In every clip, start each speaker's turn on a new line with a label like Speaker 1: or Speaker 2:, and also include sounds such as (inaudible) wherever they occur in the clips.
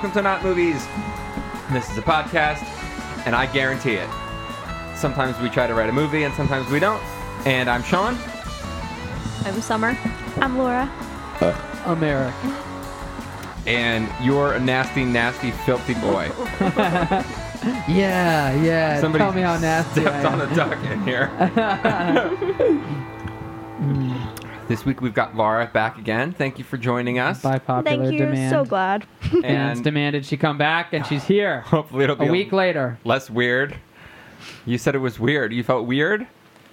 Speaker 1: films are not movies. This is a podcast, and I guarantee it. Sometimes we try to write a movie, and sometimes we don't. And I'm Sean.
Speaker 2: I'm Summer.
Speaker 3: I'm Laura.
Speaker 4: America.
Speaker 1: and you're a nasty, nasty, filthy
Speaker 4: (laughs)
Speaker 1: boy.
Speaker 4: Yeah, yeah.
Speaker 1: Somebody
Speaker 4: tell me how nasty I
Speaker 1: stepped on
Speaker 4: am.
Speaker 1: a duck in here.
Speaker 4: (laughs)
Speaker 1: this week we've got Laura back again. Thank you for joining us.
Speaker 4: By popular
Speaker 3: Thank you.
Speaker 4: demand.
Speaker 3: So glad. (laughs)
Speaker 4: Fans
Speaker 1: And
Speaker 4: demanded she come back, and she's
Speaker 1: (laughs)
Speaker 4: here.
Speaker 1: hopefully it'll be
Speaker 4: a week later.
Speaker 1: less weird. You said it was weird. You felt weird?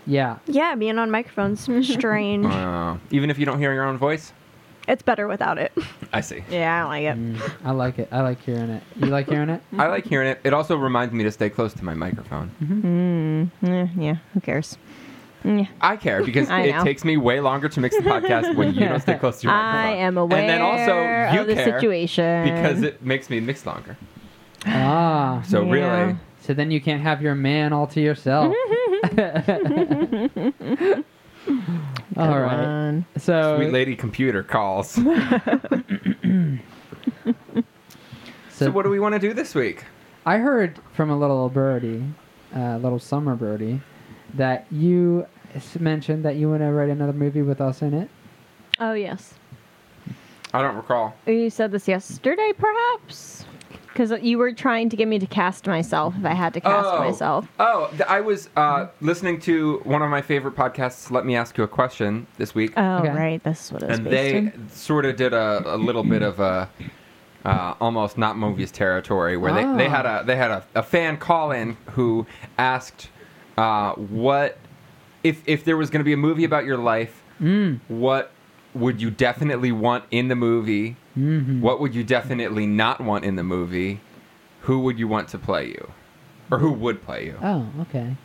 Speaker 4: Yeah.
Speaker 3: yeah, being
Speaker 1: (laughs)
Speaker 3: on microphones strange.
Speaker 1: Uh, even if you don't hear your own voice?
Speaker 3: it's better without it. (laughs)
Speaker 1: I see.
Speaker 3: Yeah, I
Speaker 1: Mm.
Speaker 3: don't like it.
Speaker 4: I like it. I like hearing it. You like hearing
Speaker 3: (laughs)
Speaker 4: it?
Speaker 1: I like hearing it. It also reminds me to stay close to my microphone.
Speaker 3: Mm-hmm.
Speaker 5: Eh,
Speaker 3: yeah, who cares?
Speaker 1: I care because
Speaker 3: (laughs) I
Speaker 1: it
Speaker 3: know.
Speaker 1: takes me way longer to mix the podcast when you don't stay close to your microphone.
Speaker 3: (laughs) I am aware
Speaker 1: and then also you
Speaker 3: of the
Speaker 1: care
Speaker 3: situation
Speaker 1: because it makes me mix longer.
Speaker 4: Ah.
Speaker 1: So
Speaker 3: Yeah.
Speaker 1: really,
Speaker 4: So then you can't have your man all
Speaker 3: (laughs)
Speaker 4: to yourself. (laughs) all right.
Speaker 3: One.
Speaker 1: sweet
Speaker 4: So,
Speaker 1: lady computer
Speaker 3: (laughs)
Speaker 1: calls.
Speaker 4: so,
Speaker 1: so what do we want to do this week?
Speaker 4: I heard from a little birdie, uh, little summer birdie, that you s- mentioned that you want to write another movie with us in it.
Speaker 3: Oh yes,
Speaker 1: I don't recall.
Speaker 5: You said this yesterday, perhaps? Because you were trying to get me to cast myself if I had to cast
Speaker 1: oh,
Speaker 5: myself.
Speaker 1: Oh, th- I was uh, listening to one of my favorite podcasts. Let me ask you a question this week,
Speaker 5: Oh,
Speaker 4: Okay.
Speaker 5: right. That's what it was
Speaker 1: and
Speaker 5: based
Speaker 1: they
Speaker 5: on.
Speaker 1: sort of did a, a little bit of a. Uh, almost not movies territory where they, they
Speaker 4: Ah.
Speaker 1: had a they had a, a fan call in who asked uh, what if if there was going to be a movie about your life
Speaker 4: Mm.
Speaker 1: what would you definitely want in the movie?
Speaker 5: Mm-hmm.
Speaker 1: What would you definitely not want in the movie? Who would you want to play you, or who would play you?
Speaker 4: Oh, okay.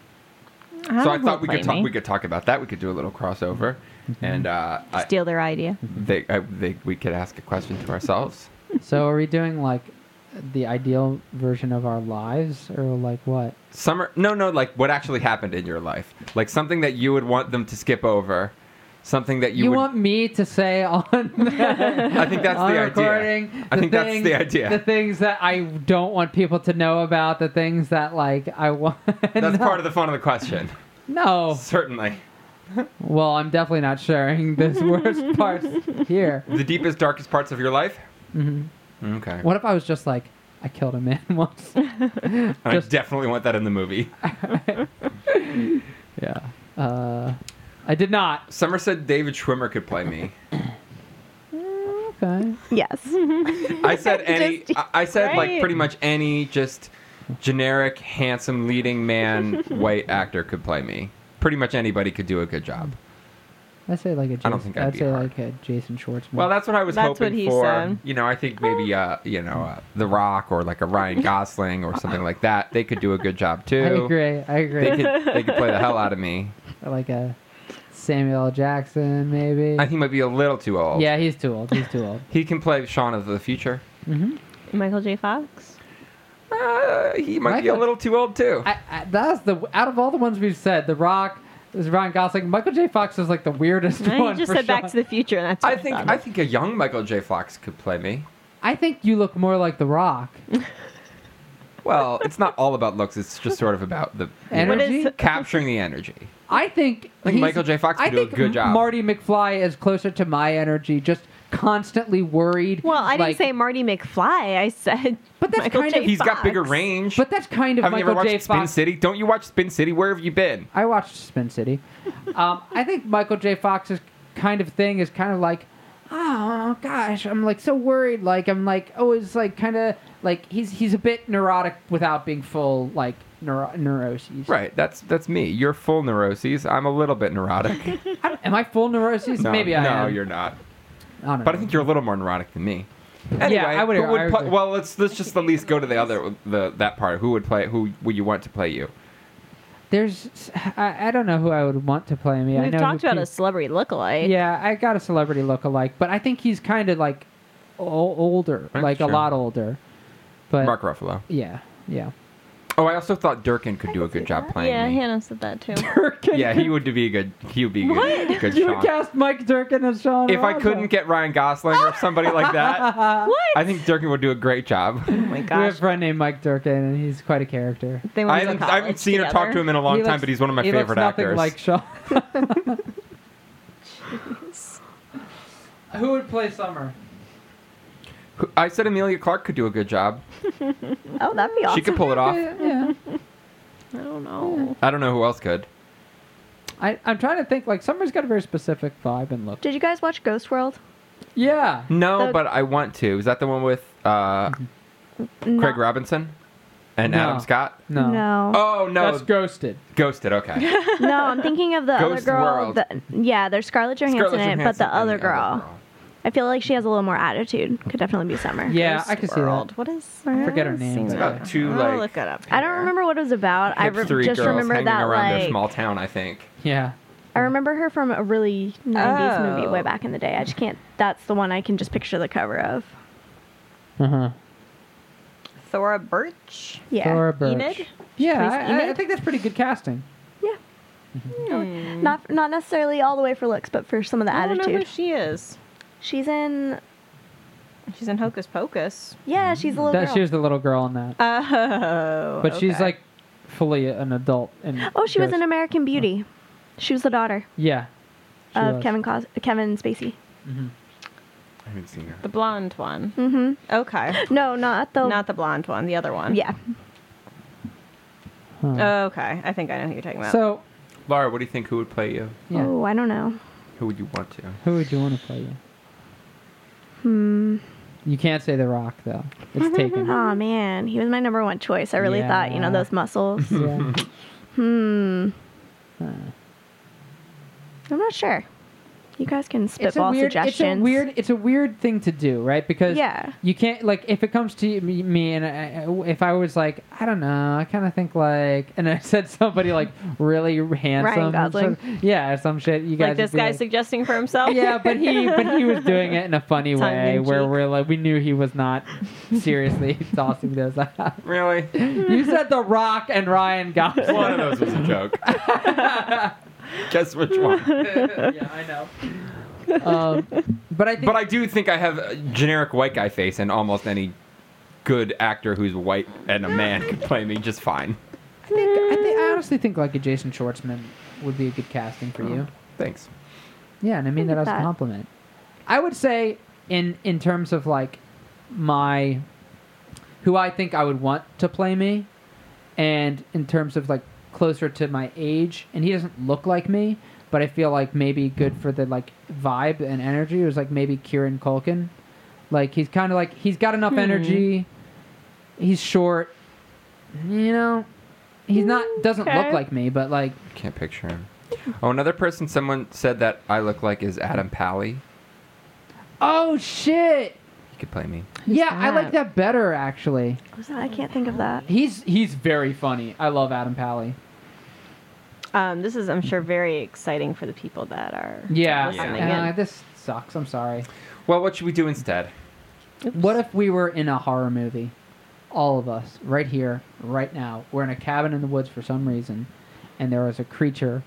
Speaker 1: so I
Speaker 5: Uh, don't
Speaker 1: thought we
Speaker 5: Ah, blame
Speaker 1: could talk.
Speaker 5: me. Mm-hmm.
Speaker 1: We could talk about that. We could do a little crossover, and uh, I,
Speaker 5: steal their idea.
Speaker 1: they, I, they, we could ask a question to ourselves.
Speaker 4: So are we doing like the ideal version of our lives, or like what?
Speaker 1: Summer, no, no, like what actually happened in your life, like something that you would want them to skip over, something that you,
Speaker 4: You,
Speaker 1: would,
Speaker 4: want me to say on (laughs) the,
Speaker 1: I think
Speaker 4: (laughs)
Speaker 1: that's
Speaker 4: on
Speaker 1: the
Speaker 4: recording?
Speaker 1: idea. I
Speaker 4: the
Speaker 1: think that's
Speaker 4: thing-
Speaker 1: the idea.
Speaker 4: The things that I don't want people to know about. The things that like I want. (laughs)
Speaker 1: that's part of the fun of the question,
Speaker 4: No.
Speaker 1: certainly.
Speaker 4: Well, I'm definitely
Speaker 1: (laughs)
Speaker 4: not sharing this worst parts here.
Speaker 1: the deepest, darkest parts of your life? Mm-hmm. Okay.
Speaker 4: What if I was just like, I killed a man (laughs) once?
Speaker 1: And
Speaker 4: just-
Speaker 1: I definitely want that in the movie.
Speaker 4: yeah. Uh, I did not.
Speaker 1: Summer said David Schwimmer could play me.
Speaker 4: Okay.
Speaker 1: (laughs)
Speaker 3: Yes,
Speaker 1: I
Speaker 5: (laughs)
Speaker 1: said any.
Speaker 3: Just-
Speaker 1: I I said like
Speaker 5: right.
Speaker 1: pretty much any just generic, handsome, leading
Speaker 5: (laughs)
Speaker 1: man, white actor could play me. Pretty much anybody could do a good job.
Speaker 4: I say like a Jason.
Speaker 1: I don't think that'd be
Speaker 4: say
Speaker 1: hard.
Speaker 4: like a Jason Schwartzman.
Speaker 1: Well, that's what I was
Speaker 5: That's
Speaker 1: hoping
Speaker 5: what he
Speaker 1: for.
Speaker 5: said.
Speaker 1: You know, I think maybe uh, you know, uh, The Rock or like a Ryan Gosling or something like that. They could do a good job too.
Speaker 4: (laughs) I
Speaker 1: They
Speaker 4: agree. I agree.
Speaker 1: could they could play the hell out of me.
Speaker 4: like a Samuel L. Jackson, maybe.
Speaker 1: I think Uh, he might be a little too old.
Speaker 4: yeah, he's too old. He's too old.
Speaker 1: He can play Shaun of the Future.
Speaker 5: Michael
Speaker 1: (laughs)
Speaker 5: J. Fox?
Speaker 1: Uh, he might be a
Speaker 4: Michael-
Speaker 1: little too old too.
Speaker 4: I, I, that's the out of all the ones we've said, The Rock, is Ryan Gosling, Michael J. Fox is like the weirdest
Speaker 5: No,
Speaker 4: one.
Speaker 5: you just
Speaker 4: for
Speaker 5: said Back
Speaker 4: Sean.
Speaker 5: to the Future, and that's what
Speaker 1: I think
Speaker 5: thought.
Speaker 1: I think a young Michael J. Fox could play me.
Speaker 4: I think you look more like The Rock.
Speaker 1: Well, it's not all about looks. It's just sort of about the
Speaker 4: (laughs) And
Speaker 5: What
Speaker 4: energy.
Speaker 5: is-
Speaker 1: capturing the energy.
Speaker 4: I think
Speaker 1: I think
Speaker 4: he's-
Speaker 1: Michael J. Fox
Speaker 4: I
Speaker 1: could do a
Speaker 4: think
Speaker 1: good job.
Speaker 4: Marty McFly is closer to my energy, just constantly worried.
Speaker 5: Well, I
Speaker 4: like-
Speaker 5: didn't say Marty McFly. I said
Speaker 4: But that's
Speaker 5: Michael
Speaker 4: kind
Speaker 5: J.
Speaker 4: of-
Speaker 1: He's got
Speaker 5: Fox.
Speaker 1: bigger range.
Speaker 4: But that's kind of
Speaker 1: Haven't you
Speaker 4: Michael
Speaker 1: ever watched
Speaker 4: J.
Speaker 1: Spin
Speaker 4: Fox.
Speaker 1: City? Don't you watch Spin City? Where have you been?
Speaker 4: I watched Spin City. Um, I think Michael J. Fox's kind of thing is kind of like, oh gosh, I'm like so worried. Like I'm like always like kind of like he's he's a bit neurotic without being full like neuro- neuroses.
Speaker 1: Right. That's that's me. You're full neuroses. I'm a little bit
Speaker 4: (laughs)
Speaker 1: neurotic.
Speaker 4: I'm- am I full neuroses?
Speaker 1: No,
Speaker 4: Maybe I
Speaker 1: No,
Speaker 4: am.
Speaker 1: you're not.
Speaker 4: I don't know.
Speaker 1: But I think you're a little more neurotic than me. Anyway,
Speaker 4: I would-
Speaker 1: who
Speaker 4: I
Speaker 1: would
Speaker 4: would
Speaker 1: pla-
Speaker 4: agree.
Speaker 1: well, let's let's just at least go to the other the that part. Who would play? Who would you want to play you?
Speaker 4: there's I, I don't know who I would want to play me. I
Speaker 5: We've
Speaker 4: know
Speaker 5: talked
Speaker 4: who
Speaker 5: about
Speaker 4: pe-
Speaker 5: a celebrity lookalike.
Speaker 4: Yeah, I got a celebrity lookalike, but I think he's kind of like o- older,
Speaker 1: That's
Speaker 4: like
Speaker 1: true.
Speaker 4: a lot older. But
Speaker 1: Mark Ruffalo.
Speaker 4: yeah, yeah.
Speaker 1: Oh, I also thought Durkin could do a good job playing.
Speaker 5: Yeah,
Speaker 1: me.
Speaker 5: Hannah said that too.
Speaker 1: (laughs)
Speaker 4: Durkin.
Speaker 1: yeah, he would be a good. He would be a good. good
Speaker 4: You
Speaker 1: Sean.
Speaker 4: cast Mike Durkin as Sean.
Speaker 1: If I
Speaker 4: Rondo.
Speaker 1: couldn't get Ryan Gosling or somebody like that,
Speaker 5: what?
Speaker 1: I think Durkin would do a great job.
Speaker 5: oh my
Speaker 4: we have a
Speaker 5: gosh.
Speaker 4: friend named Mike Durkin, and he's quite a character.
Speaker 5: They went
Speaker 1: I
Speaker 5: to
Speaker 1: haven't, I
Speaker 5: college
Speaker 1: haven't seen or talked to
Speaker 5: together.
Speaker 1: him in a long
Speaker 4: He
Speaker 1: time,
Speaker 4: looks-
Speaker 1: but he's one of my
Speaker 4: he
Speaker 1: favorite
Speaker 4: looks nothing
Speaker 1: actors.
Speaker 4: Like Sean. Who would play Summer?
Speaker 1: Who- I said Amelia Clark could do a good job.
Speaker 3: (laughs) Oh, that'd be
Speaker 1: She
Speaker 3: awesome.
Speaker 1: could pull it off.
Speaker 4: Yeah,
Speaker 5: I don't know.
Speaker 1: I don't know who else could.
Speaker 4: I, I'm trying to think. Like Summer's got a very specific vibe and look.
Speaker 3: Did you guys watch Ghost World?
Speaker 4: Yeah,
Speaker 1: No,
Speaker 3: The-
Speaker 1: but I want to. Is that the one with uh, Craig Robinson and
Speaker 4: No.
Speaker 1: Adam Scott?
Speaker 4: no,
Speaker 3: No.
Speaker 1: Oh no,
Speaker 4: that's ghosted.
Speaker 1: Ghosted. Okay,
Speaker 3: (laughs) No, I'm thinking of the
Speaker 1: Oh. Ghost
Speaker 3: other girl.
Speaker 1: World.
Speaker 3: the- yeah, there's Scarlett Johansson
Speaker 1: Scarlett
Speaker 3: in it, but
Speaker 1: Johansson
Speaker 3: the
Speaker 1: and
Speaker 3: other girl. I feel like she has a little more attitude. Could definitely be Summer.
Speaker 4: Yeah, I could see that.
Speaker 5: What is?
Speaker 4: Forget her name, but-
Speaker 1: About two
Speaker 5: I'll
Speaker 1: like
Speaker 5: look it up.
Speaker 3: I don't
Speaker 5: here.
Speaker 3: remember what it was about. I re-
Speaker 1: hipstery
Speaker 3: just
Speaker 1: girls
Speaker 3: remember
Speaker 1: hanging
Speaker 3: that
Speaker 1: around
Speaker 3: like
Speaker 1: their small town. I think.
Speaker 4: Yeah,
Speaker 3: I remember her from a really 90s movie
Speaker 5: Oh.
Speaker 3: way back in the day. I just can't. That's the one I can just picture the cover of.
Speaker 4: uh
Speaker 1: Uh-huh.
Speaker 4: huh.
Speaker 5: Thora Birch.
Speaker 3: Yeah.
Speaker 5: Enid?
Speaker 4: Yeah,
Speaker 5: Please,
Speaker 4: I- I, I
Speaker 5: Enid?
Speaker 4: think that's pretty good casting.
Speaker 3: Yeah.
Speaker 4: Hmm.
Speaker 3: Not not necessarily all the way for looks, but for some of the
Speaker 5: Mm. I don't know who
Speaker 3: attitude.
Speaker 5: she is.
Speaker 3: She's in.
Speaker 5: She's in Hocus Pocus.
Speaker 3: Yeah, she's a little
Speaker 4: That
Speaker 3: girl.
Speaker 4: she's the little girl in that,
Speaker 5: Oh.
Speaker 4: but she's
Speaker 5: okay.
Speaker 4: like fully an adult. And
Speaker 3: oh, she was in American Beauty. She was the daughter
Speaker 4: Yeah, Oh. she
Speaker 3: of
Speaker 4: was. Mm-hmm.
Speaker 3: Kevin Cos- Kevin Spacey.
Speaker 1: I haven't seen her.
Speaker 5: the blonde one.
Speaker 3: Mm-hmm.
Speaker 5: Okay.
Speaker 3: No, not the.
Speaker 5: Not the blonde one, the other one. Oh,
Speaker 3: yeah.
Speaker 5: Uh,
Speaker 4: Huh.
Speaker 5: Okay. I think I know who you're talking about.
Speaker 4: So,
Speaker 1: Laura, what do you think? Who would play you?
Speaker 4: yeah,
Speaker 3: Oh, I don't know.
Speaker 1: Who would you want to?
Speaker 4: who would you want to play? You?
Speaker 3: Hmm.
Speaker 4: you can't say The Rock though; it's taken.
Speaker 3: Oh man, he was my number one choice. I really thought, you know,
Speaker 4: Yeah.
Speaker 3: those
Speaker 4: (laughs)
Speaker 3: muscles.
Speaker 4: Yeah.
Speaker 3: hmm.
Speaker 4: Huh.
Speaker 3: I'm not sure. You guys can
Speaker 4: It's a
Speaker 3: spitball
Speaker 4: weird. It's
Speaker 3: suggestions.
Speaker 4: a weird. It's a weird thing to do, right? Because
Speaker 3: Yeah.
Speaker 4: you can't like if it comes to me, me and I, if I was like I don't know, I kind of think like, and I (laughs) said somebody like really handsome, and
Speaker 3: Gosling.
Speaker 4: some- yeah, some shit. You guys
Speaker 5: like this
Speaker 4: would be
Speaker 5: guy
Speaker 4: like,
Speaker 5: suggesting for (laughs) himself.
Speaker 4: (laughs) yeah, but he but he was doing it in a funny
Speaker 5: Tongue
Speaker 4: way
Speaker 5: in
Speaker 4: where
Speaker 5: cheek.
Speaker 4: we're like we knew he was not seriously tossing those out.
Speaker 1: Really?
Speaker 4: You said The Rock and Ryan Gosling.
Speaker 1: One of those was a joke. (laughs) Guess which one?
Speaker 4: yeah, I know. Um, but I think
Speaker 1: But I do think I have a generic white guy face, and almost any good actor who's white and a man could play me just fine.
Speaker 4: I think I, think, I honestly think like a Jason Schwartzman would be a good casting
Speaker 1: Oh.
Speaker 4: for you.
Speaker 1: Thanks.
Speaker 4: Yeah, and I mean
Speaker 3: Look
Speaker 4: that
Speaker 3: at
Speaker 4: as a
Speaker 3: that.
Speaker 4: compliment. I would say in in terms of like my who I think I would want to play me and in terms of like closer to my age and he doesn't look like me, but I feel like maybe good for the like vibe and energy was like maybe Kieran Culkin. Like he's kind of like he's got
Speaker 3: Hmm.
Speaker 4: enough energy. He's short. You know, he's not doesn't look
Speaker 5: Okay.
Speaker 4: like me, but like
Speaker 1: Can't picture him. Oh, another person someone said that I look like is Adam Pally.
Speaker 4: oh shit.
Speaker 1: He could play me.
Speaker 4: Yeah, I
Speaker 5: that?
Speaker 4: like that better actually.
Speaker 3: Who's that? I can't think of that.
Speaker 4: He's he's very funny. I love Adam Pally.
Speaker 5: Um, this is, I'm sure, very exciting for the people that are
Speaker 4: Yeah,
Speaker 5: listening
Speaker 4: Uh,
Speaker 5: in.
Speaker 4: this sucks. I'm sorry.
Speaker 1: Well, what should we do instead?
Speaker 4: What if we were in a horror movie? All of us, right here, right now. We're in a cabin in the woods for some reason, and there was a creature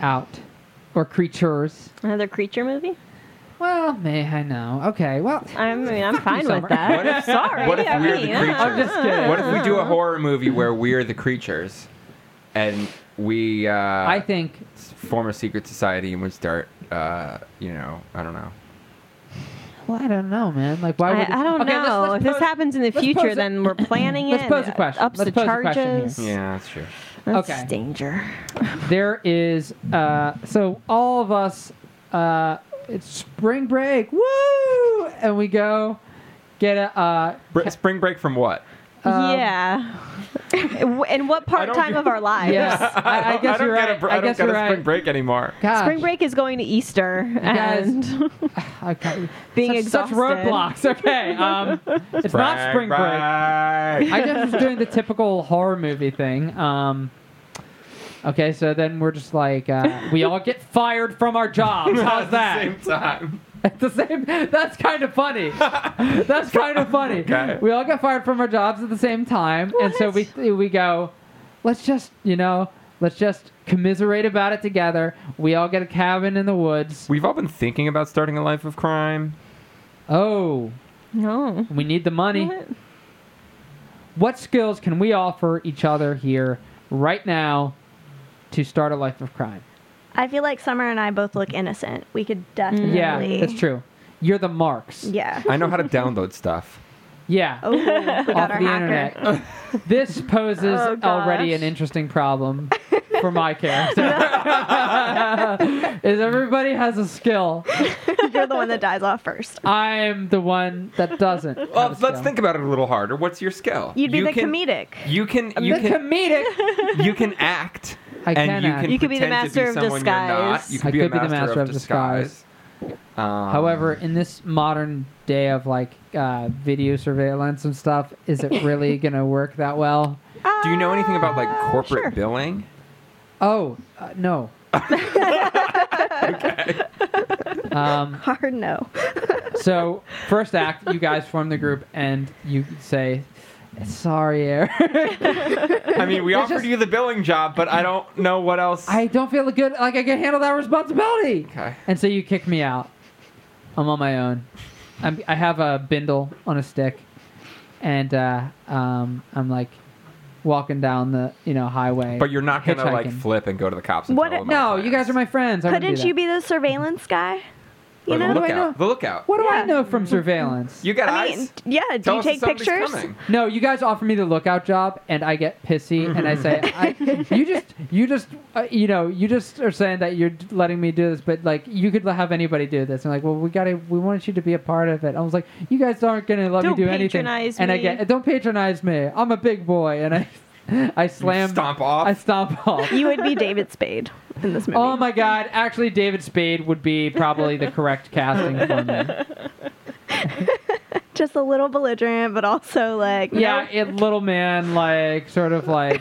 Speaker 4: out, or creatures.
Speaker 5: Another creature movie?
Speaker 4: Well, may I know? Okay, well,
Speaker 5: I mean, I'm fine
Speaker 4: Summer.
Speaker 5: with that.
Speaker 1: What if-
Speaker 5: Sorry.
Speaker 1: what if
Speaker 5: I
Speaker 1: we're the
Speaker 5: mean,
Speaker 1: creatures?
Speaker 4: I'm just kidding.
Speaker 1: What if we do a horror movie where we're the creatures, and we uh,
Speaker 4: I think
Speaker 1: form a secret society and we start, uh, you know, I don't know.
Speaker 4: Well, I don't know, man. Like, why
Speaker 5: I,
Speaker 4: would it-
Speaker 5: I don't
Speaker 4: Okay, let's-
Speaker 5: know.
Speaker 4: let's
Speaker 5: if this
Speaker 4: pose-
Speaker 5: happens in the
Speaker 4: let's pose
Speaker 5: future,
Speaker 4: a-
Speaker 5: then we're planning
Speaker 4: Let's
Speaker 5: it.
Speaker 4: pose a
Speaker 5: It
Speaker 4: question.
Speaker 5: Ups
Speaker 4: Let's
Speaker 5: the
Speaker 4: pose a question here.
Speaker 5: charges.
Speaker 1: Yeah, that's true.
Speaker 5: That's
Speaker 4: Okay.
Speaker 5: danger.
Speaker 4: there is uh, so all of us uh, it's spring break woo and we go get a uh,
Speaker 1: Br- spring break from what?
Speaker 4: Um,
Speaker 5: yeah. (laughs) and what
Speaker 1: I
Speaker 5: part
Speaker 1: don't
Speaker 5: time
Speaker 1: get-
Speaker 5: of our
Speaker 1: (laughs)
Speaker 5: lives?
Speaker 4: yes I, I
Speaker 1: don't-
Speaker 4: guess
Speaker 1: don't
Speaker 4: you're
Speaker 1: get
Speaker 4: right
Speaker 1: a br- I
Speaker 4: I
Speaker 1: don't
Speaker 4: guess
Speaker 1: get
Speaker 4: you're
Speaker 1: a
Speaker 4: right
Speaker 1: spring break anymore.
Speaker 4: Gosh.
Speaker 5: Spring break is going to Easter
Speaker 4: guys-
Speaker 5: and
Speaker 4: (laughs) I got-
Speaker 5: (laughs) being
Speaker 4: such, such
Speaker 5: exhausted.
Speaker 4: roadblocks okay um, it's not spring
Speaker 1: (laughs)
Speaker 4: break
Speaker 1: break.
Speaker 4: I just was doing the typical horror movie thing um,
Speaker 1: (laughs)
Speaker 4: okay so then we're just like uh, we all get fired from our jobs
Speaker 1: At
Speaker 4: how's
Speaker 1: the
Speaker 4: that
Speaker 1: same time.
Speaker 4: At the same, that's kind of funny. that's kind of funny.
Speaker 1: Okay.
Speaker 4: We all got fired from our jobs at the same time, and so we we go, let's just you know, let's just commiserate about it together. We all get a cabin in the woods.
Speaker 1: We've all been thinking about starting a life of crime.
Speaker 4: Oh,
Speaker 5: No.
Speaker 4: we need the money.
Speaker 5: What?
Speaker 4: What skills can we offer each other here right now to start a life of crime?
Speaker 3: I feel like Summer and I both look innocent. We could definitely.
Speaker 4: Yeah, that's true. You're the
Speaker 1: (laughs)
Speaker 4: marks.
Speaker 3: Yeah.
Speaker 1: I know how to download stuff.
Speaker 4: Yeah.
Speaker 3: Oh, we got
Speaker 4: off
Speaker 3: our
Speaker 4: the
Speaker 3: hacker.
Speaker 4: internet. (laughs) this poses
Speaker 5: Oh, gosh.
Speaker 4: already an interesting problem for my character. (laughs) Is everybody has a skill?
Speaker 3: (laughs) You're the one that dies off first.
Speaker 4: I'm the one that doesn't. have
Speaker 1: (laughs)
Speaker 4: a
Speaker 1: Well, let's
Speaker 4: skill.
Speaker 1: think about it a little harder. What's your skill?
Speaker 3: You'd be
Speaker 1: You
Speaker 3: the
Speaker 1: can-
Speaker 3: comedic.
Speaker 1: You can you
Speaker 4: the
Speaker 1: can
Speaker 4: comedic.
Speaker 1: you can act.
Speaker 4: I
Speaker 1: and
Speaker 4: can
Speaker 1: you
Speaker 4: act.
Speaker 1: can
Speaker 2: You could be the
Speaker 1: pretend to
Speaker 2: master of
Speaker 1: someone you're not.
Speaker 2: disguise.
Speaker 1: You could
Speaker 4: I
Speaker 1: be,
Speaker 4: could
Speaker 1: a master of, disguise. Um,
Speaker 4: However, in this modern day of like uh, video surveillance and stuff, is it really gonna work that well?
Speaker 1: do you know anything about like
Speaker 3: Uh,
Speaker 1: corporate
Speaker 3: sure.
Speaker 1: billing?
Speaker 4: Oh uh, no. (laughs) Um,
Speaker 3: Hard no.
Speaker 4: So first act, you guys form the group and you say, "Sorry, Eric,
Speaker 1: I mean, we
Speaker 4: It's
Speaker 1: offered
Speaker 4: just-
Speaker 1: you the billing job, but I don't know what else.
Speaker 4: (laughs) I don't feel good. Like I can handle that responsibility."
Speaker 1: okay.
Speaker 4: And so you kick me out. I'm on my own. I'm, I have a bindle on a stick, and uh, um, I'm like walking down the you know highway.
Speaker 1: But you're not gonna like Oh,
Speaker 4: hitchhiking.
Speaker 1: flip and go to the cops. And
Speaker 3: What-
Speaker 1: tell them
Speaker 4: No,
Speaker 1: our
Speaker 4: you
Speaker 1: plans.
Speaker 4: guys are my friends. I wouldn't do
Speaker 3: Couldn't
Speaker 4: that.
Speaker 3: you be the surveillance guy?
Speaker 1: Or
Speaker 3: You
Speaker 1: the
Speaker 3: know?
Speaker 4: What do I know?
Speaker 1: lookout. The lookout.
Speaker 4: What do I
Speaker 3: Yeah.
Speaker 4: know from surveillance?
Speaker 1: You got
Speaker 3: I mean,
Speaker 1: eyes.
Speaker 3: yeah. Do
Speaker 1: Tell
Speaker 3: you
Speaker 1: us if
Speaker 3: take
Speaker 1: somebody's
Speaker 3: pictures?
Speaker 1: coming.
Speaker 4: No, you guys offer me the lookout job, and I get pissy, and I say, I, "You just, you just, uh, you know, you just are saying that you're letting me do this, but like, you could have anybody do this." And like, well, we gotta, we wanted you to be a part of it. I was like, "You guys aren't gonna let
Speaker 5: Don't
Speaker 4: me do anything,"
Speaker 5: patronize
Speaker 4: and I
Speaker 5: me.
Speaker 4: get, "Don't patronize me. I'm a big boy," and I, (laughs) I
Speaker 1: You
Speaker 4: slam,
Speaker 1: Stomp off.
Speaker 4: (laughs) I
Speaker 1: (laughs)
Speaker 4: stomp off.
Speaker 3: You would be David Spade in this movie.
Speaker 4: Oh my god! Actually, David Spade would be probably the correct casting for me.
Speaker 3: Just a little belligerent, but also like
Speaker 4: Yeah, it little man, like sort of like.